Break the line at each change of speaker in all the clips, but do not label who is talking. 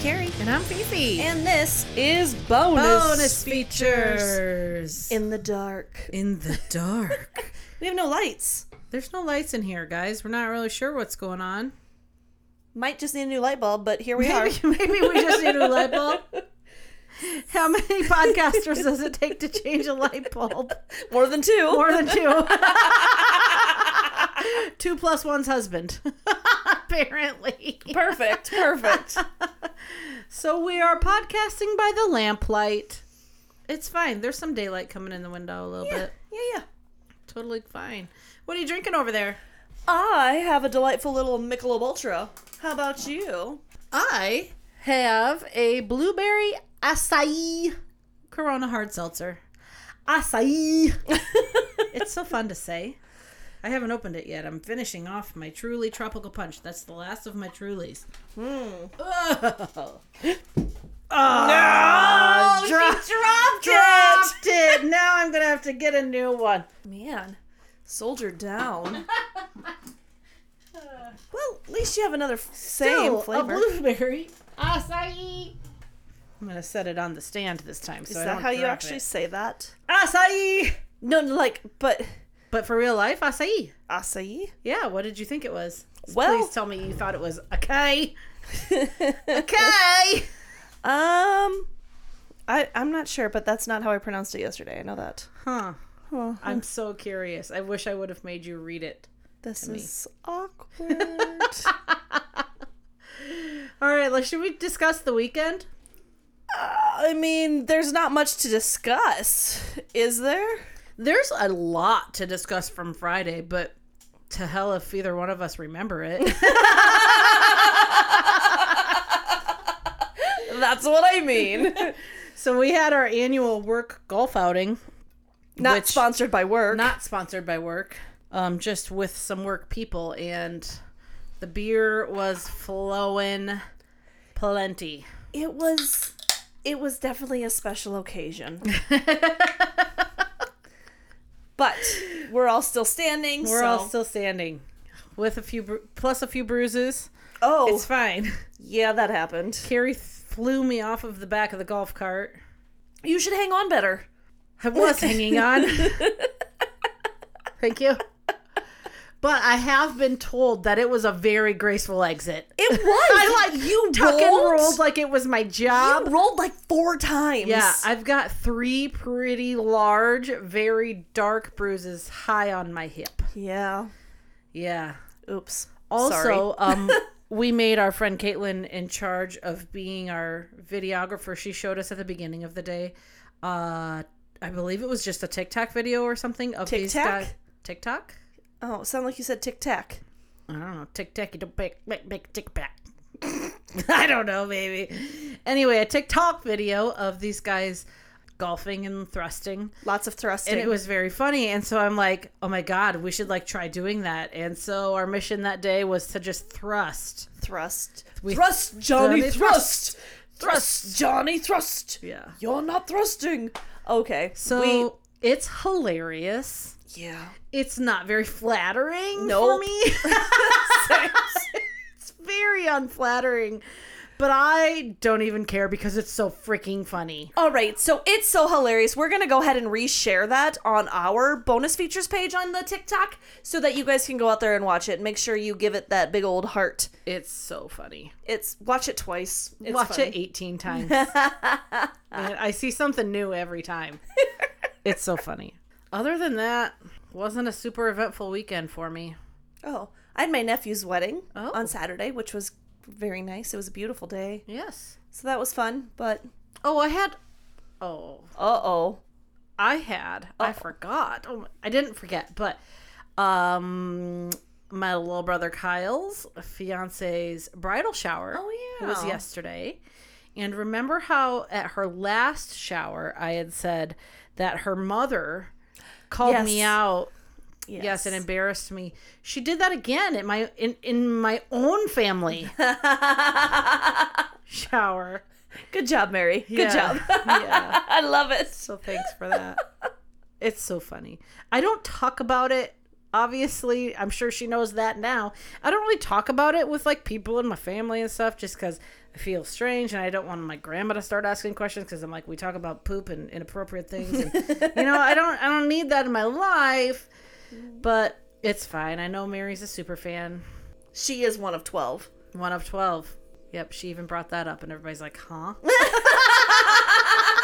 Carrie.
And I'm Fifi.
And this is bonus,
bonus features.
in the dark.
In the dark.
We have no lights.
There's no lights in here, guys. We're not really sure what's going on.
Might just need a new light bulb, but here we are.
Maybe, maybe we just need a light bulb. How many podcasters does it take to change a light bulb?
More than two.
More than two. two plus one's husband. Apparently.
perfect. Perfect.
So we are podcasting by the lamplight. It's fine. There's some daylight coming in the window a little
yeah,
bit.
yeah, yeah.
Totally fine. What are you drinking over there?
I have a delightful little Michelob Ultra. How about you?
I have a blueberry acai Corona hard seltzer. Acai. it's so fun to say. I haven't opened it yet. I'm finishing off my Truly Tropical Punch. That's the last of my Trulies. Hmm. Oh. Ah,
she
dro-
dropped it.
Oh. dropped it. Now I'm gonna have to get a new one.
Man, soldier down. well, at least you have another f- same
Still,
flavor.
A blueberry acai. I'm gonna set it on the stand this time. So
Is
I
that
don't
how you
drop
actually
it.
say that?
acai?
No, no, like, but
But for real life, acai.
acai.
Yeah, what did you think it was?
Well-
Please tell me you thought it was okay. Okay.
um, I I'm not sure, but that's not how I pronounced it yesterday. I know that.
Huh. I'm so curious. I wish I would have made you read it.
This is awkward.
All right, like, should we discuss the weekend?
I mean, there's not much to discuss, is there?
There's a lot to discuss from Friday, but to hell if either one of us remember it.
That's what I mean.
so we had our annual work golf outing,
not
Which-
sponsored by work.
not sponsored by work, um, just with some work people, and the beer was flowing plenty.
it was it was definitely a special occasion but we're all still standing
We're
so.
all still standing with a few bru- plus a few bruises.
oh
It's fine.
yeah that happened
Carrie flew me off of the back of the golf cart.
you should hang on better
I was hanging on. Thank you. But I have been told that it was a very graceful exit.
it was
I like
you
tuck and
rolled,
rolled like it was my job.
you rolled like four times
Yeah, I've got three pretty large, very dark bruises high on my hip.
yeah
Yeah.
oops Sorry.
Also, um, we made our friend Caitlin in charge of being our videographer. She showed us at the beginning of the day. Uh, I believe it was just a TikTok video or something of these
Tic-tac?
guys. TikTok.
oh it sounded like you said tic-tac
I don't know. Tic tac, you don't back, back, back, tick back. I don't know, maybe. Anyway, a TikTok video of these guys golfing and thrusting.
lots of thrusting
and it was very funny and so i'm like oh my god we should like try doing that and so our mission that day was to just thrust
thrust
We-
thrust johnny
Johnny
thrust. thrust johnny thrust
yeah
you're not thrusting okay
so
we,
it's hilarious
yeah
it's not very flattering
Nope.
for me it's very unflattering but i don't even care because it's so freaking funny
All right, so it's so hilarious. We're gonna go ahead and reshare that on our bonus features page on the TikTok so that you guys can go out there and watch it. And make sure you give it that big old heart.
it's so funny
It's watch it twice. It's
watch
funny.
it 18 times And i see something new every time it's so funny other than that wasn't a super eventful weekend for me
Oh, I had my nephew's wedding
Oh.
on Saturday, which was very nice. It was a beautiful day,
yes
so that was fun. But
oh i had oh
uh oh,
i had i forgot oh my, i didn't forget but um my little brother kyle's fiance's bridal shower
Oh,
It was
yeah.
yesterday and remember how at her last shower i had said that her mother called me
Yes.
out
yes,
Yes, it embarrassed me. She did that again in my in, in my own family shower.
good job, Mary. Good
Yeah.
job.
yeah.
I love it.
So thanks for that. It's so funny. I don't talk about it Obviously, I'm sure she knows that now. I don't really talk about it with like people in my family and stuff just because I feel strange and I don't want my grandma to start asking questions because I'm like, we talk about poop and inappropriate things. And, you know, I don't, I don't need that in my life, but it's fine. I know Mary's a super fan.
She is one of 12.
One of 12. Yep, she even brought that up, and everybody's like, huh?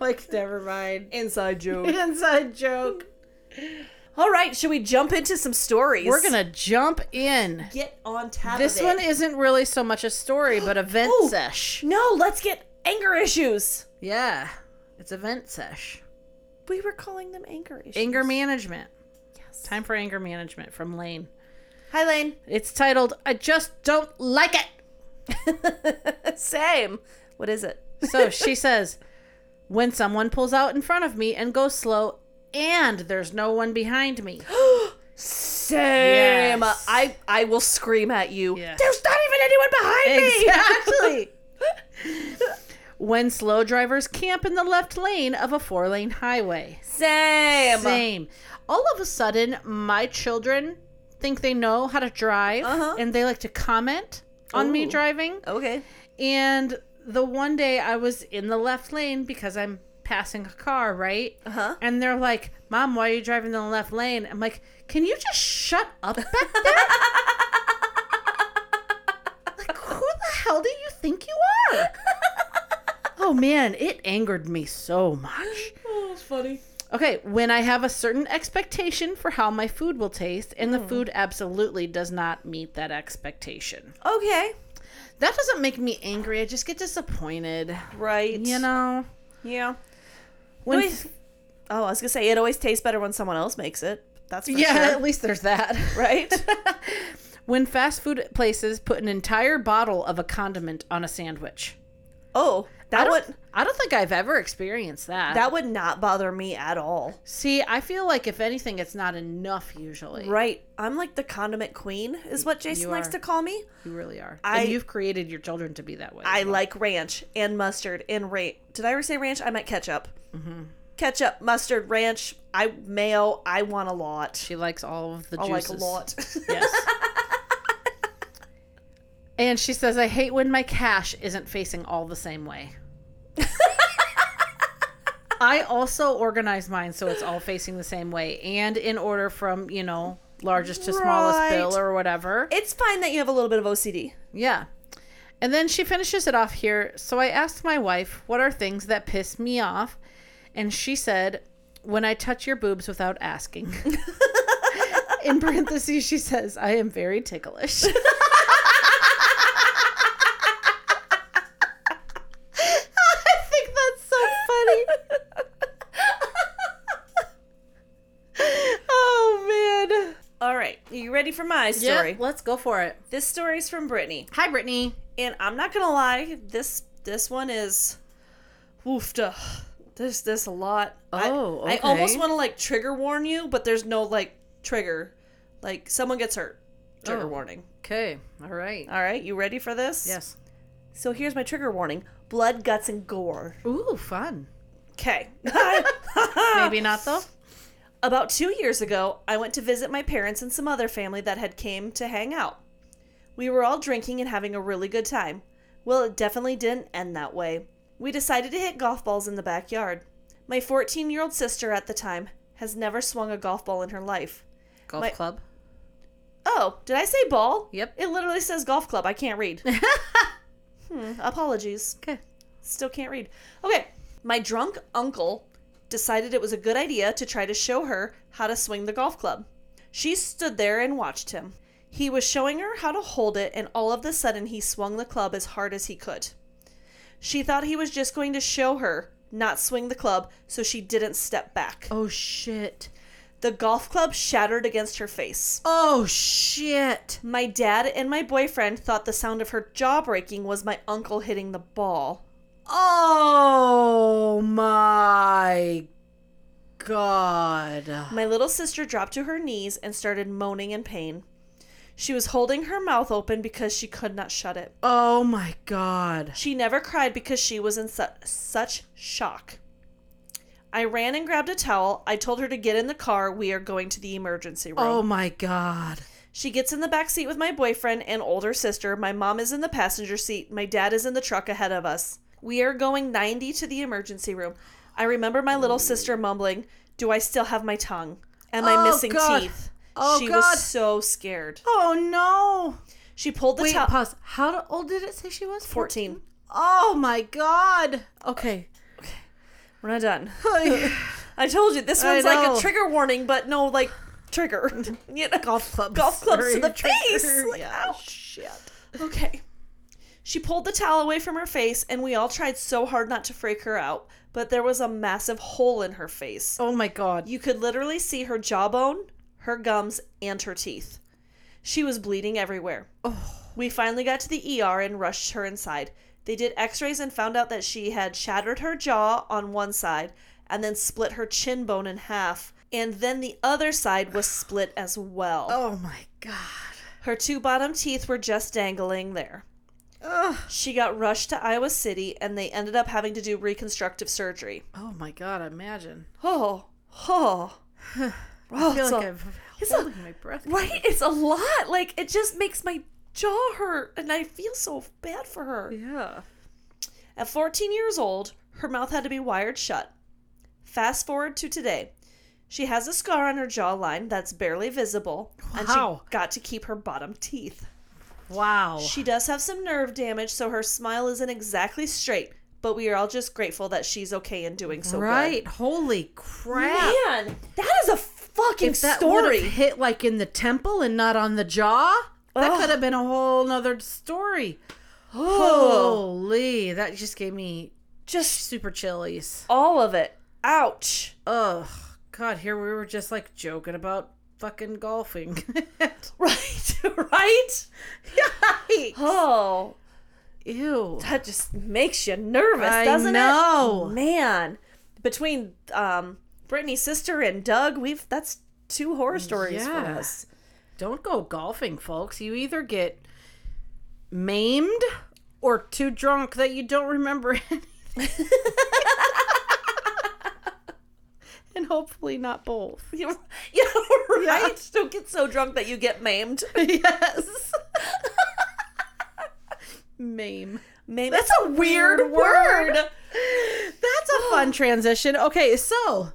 like, never mind.
Inside joke.
Inside joke.
All right, should we jump into some stories?
We're gonna jump in.
get on top
This
of it.
one isn't really so much a story, but event
Ooh.
sesh.
No, let's get anger issues.
Yeah, it's event sesh.
We were calling them anger issues.
Anger management.
Yes.
Time for anger management from Lane.
Hi, Lane.
It's titled "I Just Don't Like It."
Same. What is it?
So she says, when someone pulls out in front of me and goes slow, and there's no one behind me.
Same.
Yes.
I I will scream at you.
Yes.
There's not even anyone behind
Exactly. when slow drivers camp in the left lane of a four lane highway.
me. Same.
Same. All of a sudden, my children think they know how to drive
Uh-huh.
and they like to comment on me
Ooh.
driving.
Okay.
And the one day I was in the left lane because I'm passing a car, right?
Uh huh.
And they're like, Mom, why are you driving in the left lane? I'm like, Can you just shut up back there? like, who the hell do you think you are? oh man, it angered me so much.
Oh, that's funny.
Okay, when I have a certain expectation for how my food will taste, and the food absolutely does not meet that expectation.
Okay.
That doesn't make me angry. I just get disappointed.
Right.
You know?
Yeah.
When
Always- Oh, I was gonna say it always tastes better when someone else makes it. That's for
yeah,
sure.
at least there's that.
Right.
when fast food places put an entire bottle of a condiment on a sandwich.
Oh,
I
that
don't,
would
I don't think I've ever experienced that.
that would not bother me at all.
See, I feel like if anything, it's not enough usually.
Right. I'm like the condiment queen, is what Jason
you
likes
are.
to call me.
You really are.
I-
and you've created your children to be that way.
I like ranch and mustard and ranch. Did I ever say ranch? I meant ketchup.
Mm-hmm.
Ketchup, mustard, ranch. I mayo. I want a lot.
she likes all of the
I
juices.
like a lot.
Yes. and she says, I hate when my cash isn't facing all the same way. I also organize mine so it's all facing the same way and in order from, you know, largest to smallest
Right.
bill or whatever.
it's fine that you have a little bit of OCD.
Yeah. And then she finishes it off here. So I asked my wife, What are things that piss me off? And she said, When I touch your boobs without asking. In parentheses, she says, I am very ticklish. I think that's so funny. oh, man.
All right, you ready for my story?
Sorry. let's go for it.
This story's from Brittany,
Hi, Brittany.
and I'm not gonna lie. This this one is, woofda. There's this a lot. I-
Oh,
I
okay.
almost want to like trigger warn you, but there's no like trigger. Like someone gets hurt. Trigger
Oh.
warning.
Okay. All right.
All right, you ready for this?
Yes.
So here's my trigger warning: blood, guts, and gore.
Ooh, fun.
Okay. Ah,
Maybe not though.
About two years ago, I went to visit my parents and some other family that had came to hang out. We were all drinking and having a really good time. Well, it definitely didn't end that way. We decided to hit golf balls in the backyard. My 14 year old sister at the time has never swung a golf ball in her life.
Golf
My-
club.
Oh, did I say ball?
Yep.
It literally says golf club. I can't read. hmm, apologies.
Okay.
Still can't read. Okay. My drunk uncle decided it was a good idea to try to show her how to swing the golf club. She stood there and watched him. He was showing her how to hold it, and all of a sudden, he swung the club as hard as he could. She thought he was just going to show her, not swing the club, so she didn't step back.
Oh shit.
The golf club shattered against her face.
Oh shit.
My dad and my boyfriend thought the sound of her jaw breaking was my uncle hitting the ball.
Oh my god.
My little sister dropped to her knees and started moaning in pain. She was holding her mouth open because she could not shut it.
Oh my god.
She never cried because she was in su- such shock. I ran and grabbed a towel. I told her to get in the car. We are going to the emergency room.
Oh my god.
She gets in the back seat with my boyfriend and older sister. My mom is in the passenger seat. My dad is in the truck ahead of us. We are going 90 to the emergency room. I remember my little sister mumbling, Do I still have my tongue? Am I
Oh,
missing
God.
teeth?
Oh,
she
God.
was so scared.
Oh no.
She pulled the
Wait,
towel.
pause. How old did it say she was?
14.
Oh my god. Okay.
We're not done.
Golf
I told you this
I
one's like
know.
a trigger warning, but no like trigger. you know?
clubs.
Golf clubs
are
to the
your trigger.
face. Like,
yeah.
ow.
Shit.
Okay. She pulled the towel away from her face, and we all tried so hard not to freak her out, but there was a massive hole in her face.
Oh my god.
You could literally see her jawbone, her gums, and her teeth. She was bleeding everywhere. We finally got to the ER and rushed her inside. They did x rays and found out that she had shattered her jaw on one side and then split her chin bone in half, and then the other side was split as well.
Oh my god.
Her two bottom teeth were just dangling there.
Ugh.
She got rushed to Iowa City and they ended up having to do reconstructive surgery.
Oh my god. Imagine.
Oh, oh. oh
I feel
it's
like
a-
I'm
it's a-
holding my breath.
right? It's a lot. Like, it just makes my jaw hurt and I feel so bad for her.
Yeah.
At 14 years old, her mouth had to be wired shut. Fast forward to today. She has a scar on her jawline that's barely visible, and
Wow.
she got to keep her bottom teeth.
Wow.
She does have some nerve damage, so her smile isn't exactly straight, but we are all just grateful that she's okay and doing so
right. Holy
good.
crap.
Man, that is a fucking
If that would have
story.
hit like in the temple and not on the jaw, that
Ugh.
could have been a whole nother story.
Oh,
Holy, that just gave me
just
super chillies.
all of it. Ouch.
Ugh, God, here we were just like joking about fucking golfing.
Right, right.
Yikes.
Oh,
Ew.
that just makes you nervous,
I
doesn't
know.
it? Man, between um, Brittany's sister and Doug, we've that's two horror stories
Yeah.
for us.
Don't go golfing, folks. You either get maimed or too drunk that you don't remember anything. and hopefully not both.
You're, yeah, right. Don't get so drunk that you get maimed.
yes. Maim.
Maimed. That's a
weird word. That's a fun transition. Okay, so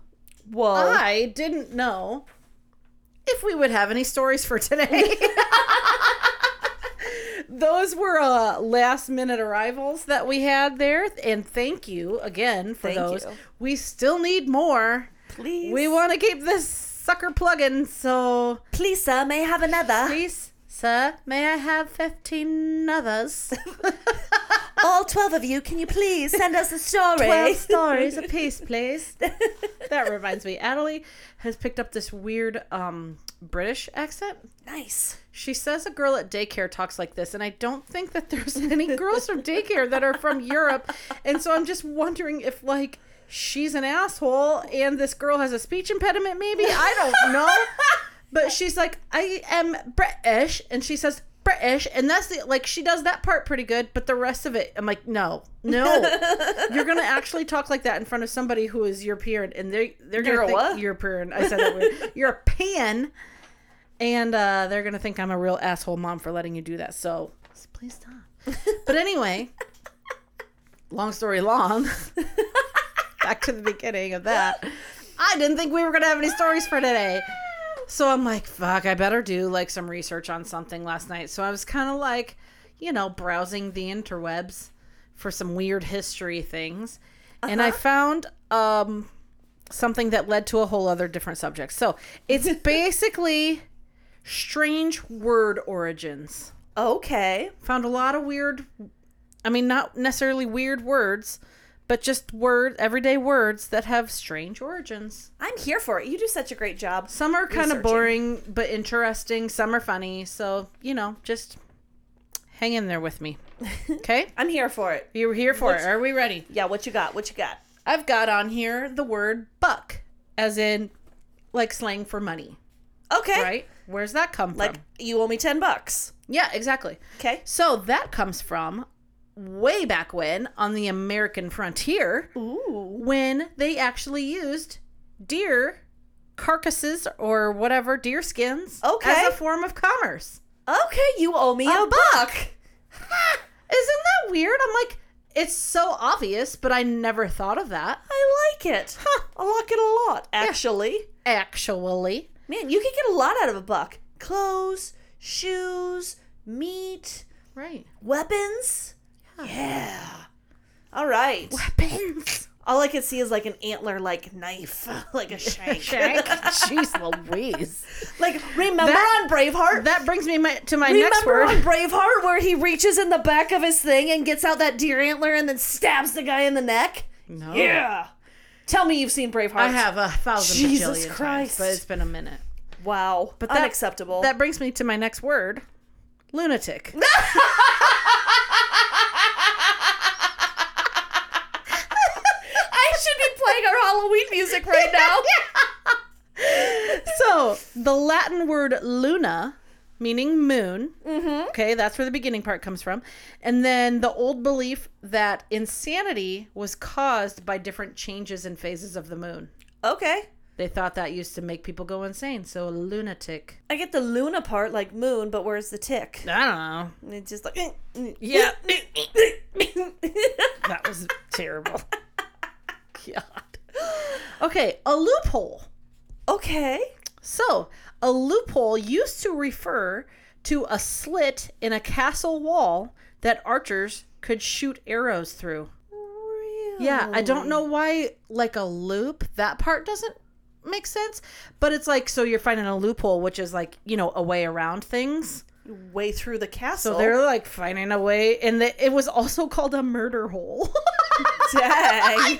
Whoa.
I didn't know if we would have any stories for today. Those were uh, last minute arrivals that we had there, and thank you again for
Thank
those.
you.
We still need more.
please.
We want to keep this sucker plugging, so
please, sir, may I have another?
please, sir, may I have fifteen others?
All 12 of you, can you please send us a story?
12 stories a piece, please. that reminds me. Adelie has picked up this weird um, British accent.
nice.
She says a girl at daycare talks like this, and I don't think that there's any girls from daycare that are from Europe. And so I'm just wondering if, like, she's an asshole and this girl has a speech impediment, maybe? I don't know. but she's like, I am British. And she says, British. And that's the, like, she does that part pretty good, but the rest of it, I'm like, no, no. You're gonna actually talk like that in front of somebody who is European, and they they're gonna
You're a
think
what?
European. I said that weird. European, and uh, they're gonna think I'm a real asshole mom for letting you do that. So please stop. But anyway, long story long. back to the beginning of that. I didn't think we were gonna have any stories for today. So I'm like, fuck, I better do like some research on something last night. So I was kind of like, you know, browsing the interwebs for some weird history things. And I found um, something that led to a whole other different subject. So it's basically strange word origins.
Okay.
Found a lot of weird, I mean, not necessarily weird words, but just word, everyday words that have strange origins.
I'm here for it. You do such a great job.
Some are kind
Researching.
of boring but interesting. Some are funny. So, you know, just hang in there with me. Okay?
I'm here for it.
You're here for it. Are we ready?
Yeah, what you got? What you got?
I've got on here the word buck, as in like slang for money,
Okay.
right? Where's that come
Eh. Like,
from?
you owe me 10 bucks.
Yeah, exactly.
Okay.
So that comes from way back when on the American frontier
Ooh.
when they actually used deer carcasses or whatever deer skins
Okay.
as a form of commerce.
Okay, you owe me a,
A
buck.
Isn't that weird? I'm like, it's so obvious, but I never thought of that.
I like it.
Huh.
I like it a lot, actually.
Actually,
Man, you could get a lot out of a buck. Clothes, shoes, meat,
right.
weapons. Yeah. All right.
Weapons.
All I could see is like an antler like knife, like a shank.
Shank. Jeez Louise.
Like remember
That-
on Braveheart?
That brings me my, to my next
remember
word.
on Braveheart where he reaches in the back of his thing and gets out that deer antler and then stabs the guy in the neck?
No.
Yeah. Tell me you've seen Braveheart.
Oh. I have a thousand
Jesus
bajillion times,
Christ.
but it's been a minute.
Wow. But
that-
unacceptable.
That brings me to my next word lunatic.
I should be playing our Halloween music right now.
so the Latin word luna, meaning moon.
Mhm.
Okay, that's where the beginning part comes from. And then the old belief that insanity was caused by different changes and phases of the moon.
Okay.
They thought that used to make people go insane. So a lunatic.
I get the Luna part like moon, but where's the tick?
I don't know.
And it's just like mm, Yeah.
Yeah, that was terrible. God. Okay, a loophole.
okay.
So, a loophole used to refer to a slit in a castle wall that archers could shoot arrows through. Yeah, I
Oh.
don't know why, like a loop, that part doesn't make sense, but it's like, so you're finding a loophole, which is like, you know, a way around things.
Way through the castle.
So they're like finding a way, and the, it was also called a murder hole.
Dang.
I know.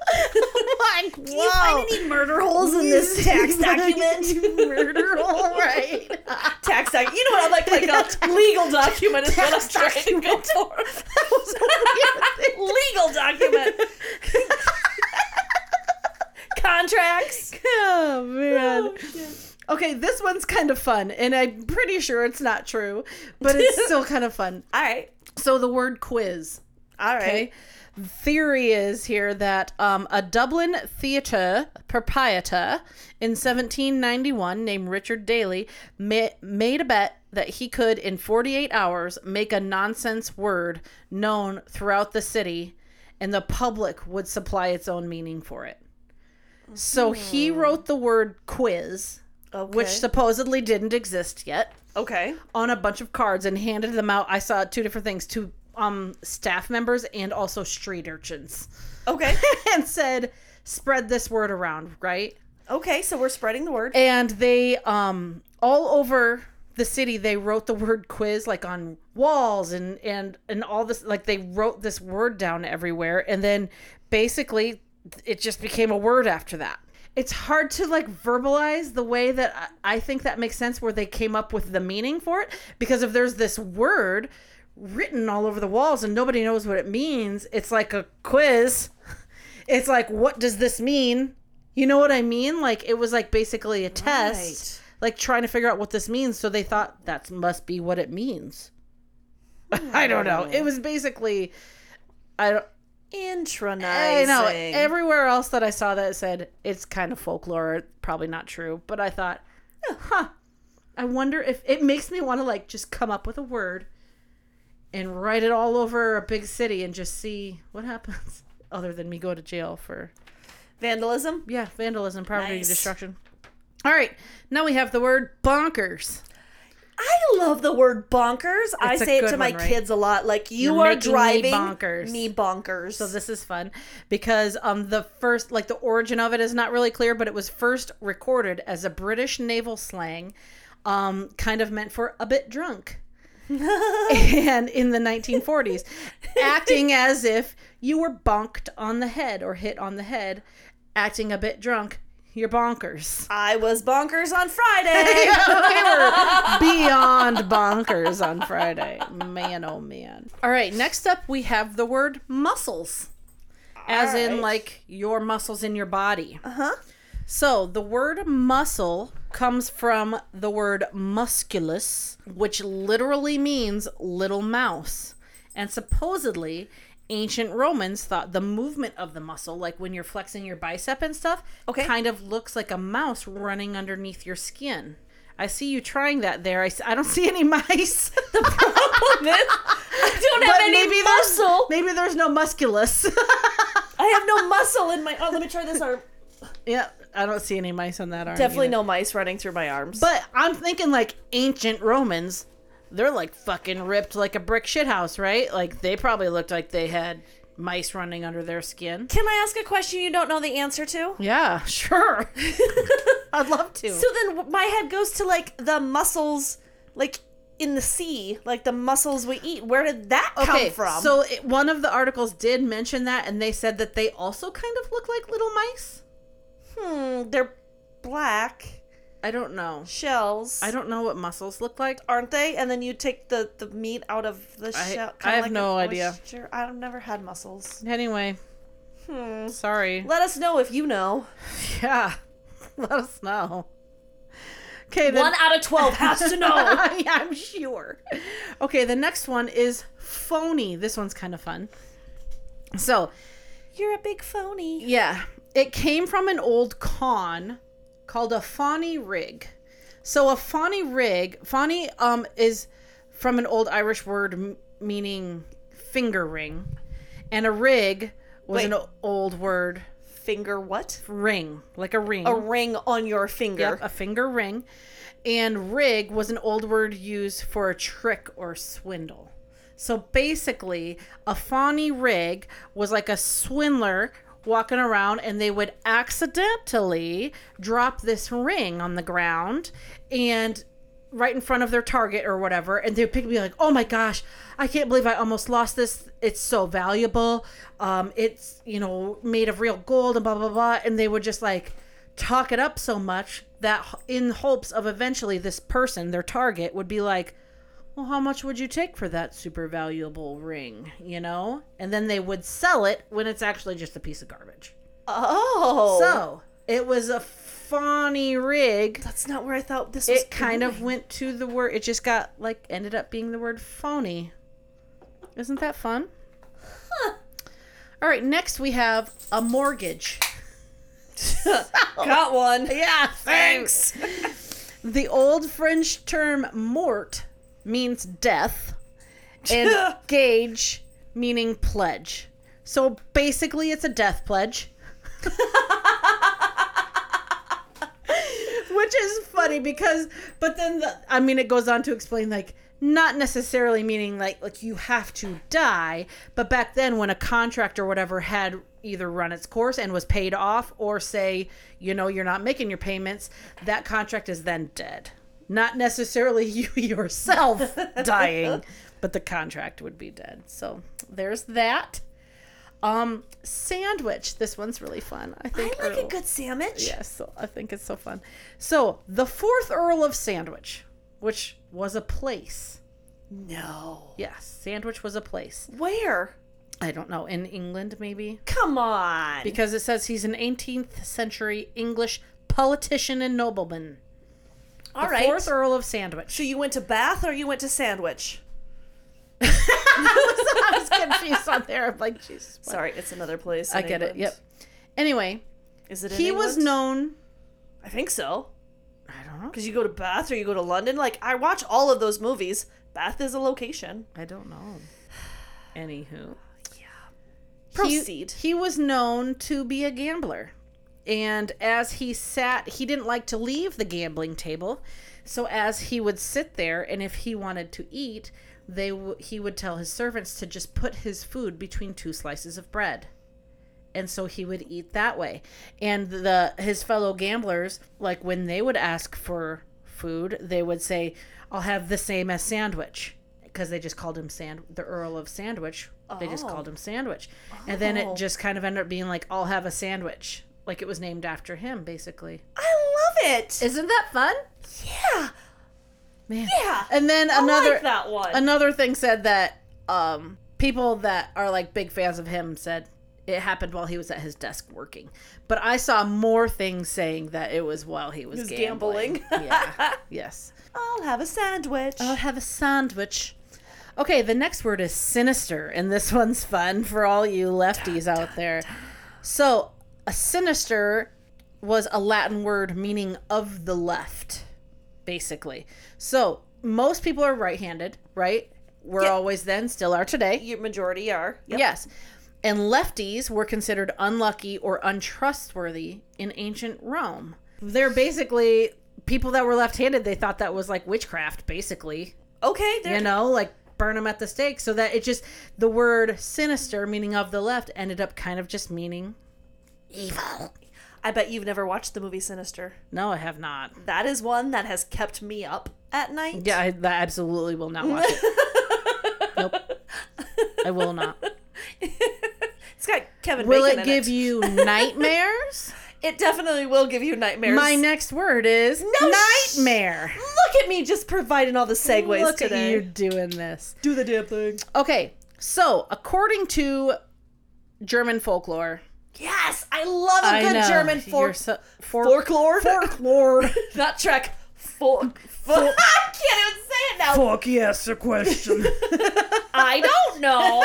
like,
Do you find any murder holes in this tax document?
murder hole, right?
tax document. You know what? I'm like like a legal document is what I'm trying to go for. legal document. Contracts.
oh man. okay, this one's kind of fun, and I'm pretty sure it's not true, but it's still kind of fun.
All right.
So the word quiz.
All right.
Okay. Theory is here that um, a Dublin theatre proprietor in 1791 named Richard Daly ma- made a bet that he could, in 48 hours, make a nonsense word known throughout the city and the public would supply its own meaning for it. So he wrote the word quiz,
Okay.
which supposedly didn't exist yet
okay.
on a bunch of cards and handed them out. I saw two different things to um staff members and also street urchins
Okay.
and said spread this word around, right?
Okay. So we're spreading the word.
And they um all over the city they wrote the word quiz like on walls and and and all this like they wrote this word down everywhere and then basically it just became a word after that. It's hard to like verbalize the way that I, I think that makes sense where they came up with the meaning for it because if there's this word written all over the walls and nobody knows what it means, it's like a quiz. It's like what does this mean? You know what I mean? Like it was like basically a test, like trying to figure out what this means. So they thought that must be what it means. I don't know. It was basically, I don't.
Intronizing.
I know everywhere else that I saw that said it's kind of folklore, probably not true. But I thought, "Eh, huh, I wonder if it makes me want to like just come up with a word and write it all over a big city and just see what happens. Other than me go to jail for
Vandalism.
yeah, vandalism, property
Nice.
destruction. All right, now we have the word bonkers.
I love the word bonkers. I
It's a
say it
good
to my
one, right?
kids a lot. Like you
You're
are
making me
driving
bonkers."
me bonkers.
So this is fun because um the first like the origin of it is not really clear, but it was first recorded as a British naval slang, um kind of meant for a bit drunk. and in the 1940s, acting as if you were bonked on the head or hit on the head, acting a bit drunk, you're bonkers.
I was bonkers on Friday.
we were beyond bonkers on Friday. Man, oh man. All right, next up we have the word muscles, as in
right.
like your muscles in your body.
uh huh.
So the word muscle comes from the word musculus, which literally means little mouse. And supposedly, ancient Romans thought the movement of the muscle, like when you're flexing your bicep and stuff,
Okay.
kind of looks like a mouse running underneath your skin. I see you trying that there. I, s- I don't see any mice. The problem is,
I don't have
but
any
maybe there's-
muscle.
maybe there's no musculus.
I have no muscle in my. Oh, let me try this arm.
yeah, I don't see any mice on that arm.
Definitely
either.
no mice running through my arms.
But I'm thinking like ancient Romans. They're like fucking ripped like a brick shithouse, right? Like they probably looked like they had mice running under their skin.
can I ask a question you don't know the answer to?
Yeah, sure. I'd love to.
So then w- my head goes to like the muscles, like in the sea, like the mussels we eat. Where did that come from?
So it, one of the articles did mention that, and they said that they also kind of look like little mice.
hmm, they're black
I don't know.
shells.
I don't know what mussels look like.
aren't they? And then you take the the meat out of the
I-
shell.
I
kinda
have
like
no
an
idea.
oyster. I've never had mussels.
Anyway,
Hmm.
sorry.
Let us know if you know.
Yeah, let us know. Okay, then.
One out of twelve has to know.
Yeah, I'm sure. Okay, the next one is phony. This one's kind of fun. So,
You're a big phony.
yeah, it came from an old con called a fawny rig. So, a fawny rig, fawny um, is from an old Irish word m- meaning finger ring, and a rig was
Wait.
an o- old word
Finger what?
ring, like a ring.
A ring on your finger.
Yep, a finger ring. And rig was an old word used for a trick or swindle. So basically, a fawny rig was like a swindler walking around and they would accidentally drop this ring on the ground and right in front of their target or whatever and they'd pick me like oh my gosh i can't believe i almost lost this it's so valuable um it's you know made of real gold and blah blah blah and they would just like talk it up so much that h- in hopes of eventually this person their target would be like well how much would you take for that super valuable ring you know and then they would sell it when it's actually just a piece of garbage
Oh.
so it was a fawny rig
That's not where I thought this was.
it kind of went to the word it just got like ended up being the word phony isn't that fun all right next we have a mortgage
Got one.
yeah the old french term mort means death and gage meaning pledge so basically it's a death pledge which is funny because but then the, i mean it goes on to explain like not necessarily meaning like like you have to die but back then when a contract or whatever had either run its course and was paid off or say you know you're not making your payments that contract is then dead not necessarily you yourself dying but the contract would be dead so there's that um sandwich this one's really fun i
I
think
like a
it'll-
good sandwich.
Yes, so I think it's so fun. So the fourth Earl of Sandwich, which was a place.
No.
Yes, Sandwich was a place.
Where?
I don't know in England maybe
Come on.
because it says he's an 18th century English politician and nobleman.
All
the
right.
fourth Earl of Sandwich.
so you went to Bath or you went to Sandwich?
I was confused on there. I'm like, Jesus. what?
Sorry, it's another place. in
I get it.
England.
Yep. Anyway,
Is it? In
he was
England?
known.
I think so.
I don't know.
Because you go to Bath or you go to London. Like I watch all of those movies. Bath is a location.
I don't know. Anywho.
Proceed.
He, he was known to be a gambler. And as he sat, he didn't like to leave the gambling table. So as he would sit there and if he wanted to eat, they w- he would tell his servants to just put his food between two slices of bread. And so he would eat that way. And the his fellow gamblers, like when they would ask for food, they would say, "I'll have the same as sandwich." Because they just called him Sand, the Earl of Sandwich. They just
Oh.
called him Sandwich. And then
Oh.
it just kind of ended up being like, I'll have a sandwich. Like it was named after him, basically.
I love it.
Isn't that fun?
yeah.
Man.
Yeah.
And then
I
another
like that one.
another thing said that um people that are like big fans of him said it happened while he was at his desk working. But I saw more things saying that it was while he was,
was
gambling.
gambling.
yeah. Yes.
I'll have a sandwich.
I'll have a sandwich. Okay, the next word is sinister, and this one's fun for all you lefties out there. So, a sinister was a Latin word meaning of the left, basically. So, most people are right handed, right? We're
Yeah.
always then, still are today.
Your majority are. Yep.
Yes. And lefties were considered unlucky or untrustworthy in ancient Rome. They're basically people that were left handed, they thought that was like witchcraft, basically
Okay. There.
you know, like burn them at the stake. So that it just the word sinister, meaning of the left, ended up kind of just meaning evil.
I bet you've never watched the movie Sinister.
No, I have not.
That is one that has kept me up at night.
Yeah, I, I absolutely will not watch it. nope, I will not.
It's got Kevin
Will
Bacon
it
in
give
it.
you nightmares?
It definitely will give you nightmares.
My next word is
No sh-
nightmare.
Look at me just providing all the segues
Look
today.
at you doing this.
Do the damn thing.
Okay, so according to German folklore,
Yes, I love a
I
good
know,
German fork.
you're so- for-
Folklore.
folklore.
Not Trek. Fork. Fork. I can't even say it now.
Fuck yes, a question.
I don't know.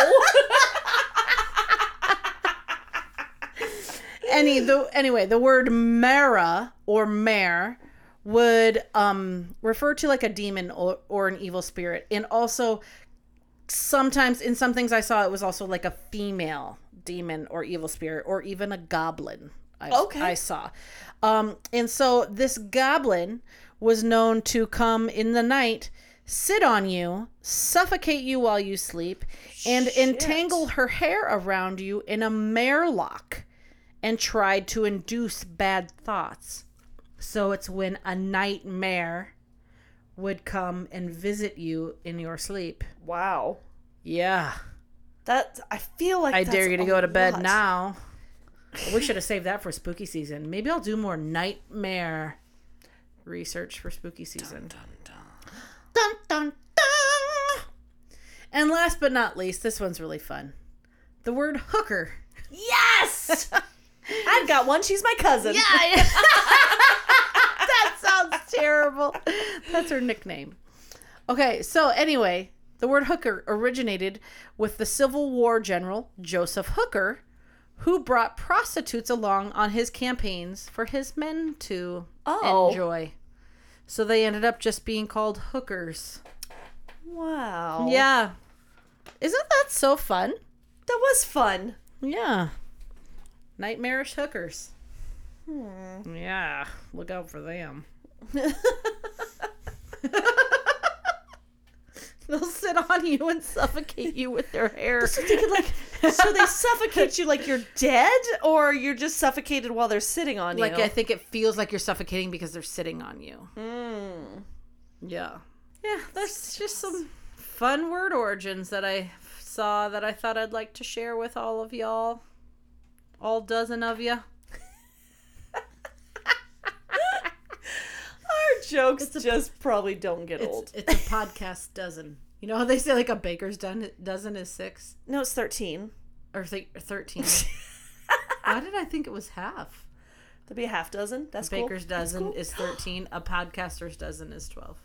any the anyway the word mara or mare would um refer to like a demon or, or an evil spirit and also sometimes in some things i saw it was also like a female demon or evil spirit or even a goblin i,
Okay.
I saw um and so this goblin was known to come in the night sit on you suffocate you while you sleep and entangle her hair around you in a mare lock and tried to induce bad thoughts. So it's when a nightmare would come and visit you in your sleep.
wow.
Yeah.
That I feel like
I
that's
dare you to
a
go to bed
lot.
now. we should have saved that for spooky season. Maybe I'll do more nightmare research for spooky season. Dun, dun, dun. And last but not least, this one's really fun. The word hooker.
Yes. I've got one. She's my cousin.
that sounds terrible. That's her nickname. Okay, so anyway, the word hooker originated with the Civil War general Joseph Hooker, who brought prostitutes along on his campaigns for his men to
Oh.
enjoy. So they ended up just being called hookers.
Wow.
Yeah. Isn't that so fun?
That was fun.
Yeah. Nightmarish hookers. Yeah. Look out for them. They'll sit on you and suffocate you with their hair.
Thinking like, so they suffocate you like you're dead, or you're just suffocated while they're sitting on
Like
you.
I think it feels like you're suffocating because they're sitting on you. Hmm. Yeah. Yeah, that's just some fun word origins that I saw that I thought I'd like to share with all of y'all. All dozen of you.
Our jokes just probably don't get old.
It's, it's a podcast dozen. You know how they say like a baker's done, dozen is six
No, it's thirteen.
or, th- or thirteen. Why did I think it was half?
There'd be a half dozen. That's cool.
Baker's dozen is thirteen. A podcaster's dozen is twelve.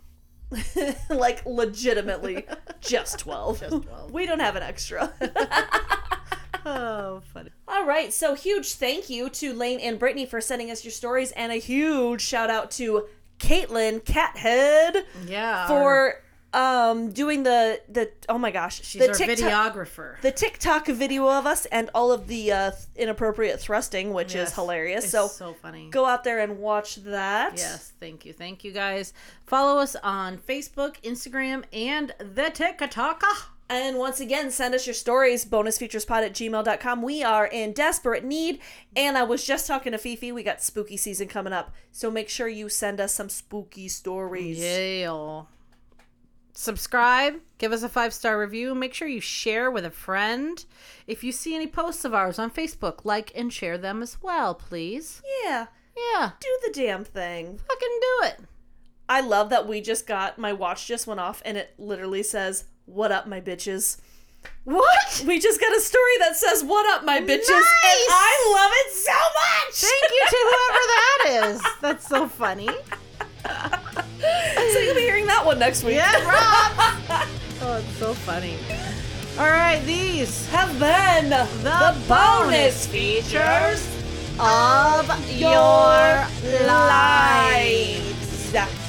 like legitimately just 12. We don't have an extra.
Oh, funny.
All right, so huge thank you to Lane and Brittany for sending us your stories, and a huge shout out to Caitlin Cathead
Yeah.
for um doing the the oh my gosh
she's
the
our
TikTok
videographer.
the TikTok video of us and all of the uh, inappropriate thrusting, which
Yes.
is hilarious.
It's
So
so funny.
go out there and watch that.
Yes, thank you, thank you guys. Follow us on Facebook, Instagram, and the TikTok.
And once again, send us your stories, bonusfeaturespod at gmail.com. We are in desperate need. And I was just talking to Fifi. We got spooky season coming up. So make sure you send us some spooky stories.
Yeah. Subscribe, give us a five star review. Make sure you share with a friend. If you see any posts of ours on Facebook, like and share them as well, please.
Yeah,
Yeah,
do the damn thing.
fucking do it.
I love that we just got my watch just went off and it literally says, What up, my bitches? What? We just got a story that says, What up, my bitches? And
Nice!
I love it so much.
Thank you to whoever that is. That's so funny.
so you'll be hearing that one next week.
Yeah, Rob. Oh, it's so funny. All right, these.
Have been the, bonus
bonus
features of your
lives.
lives.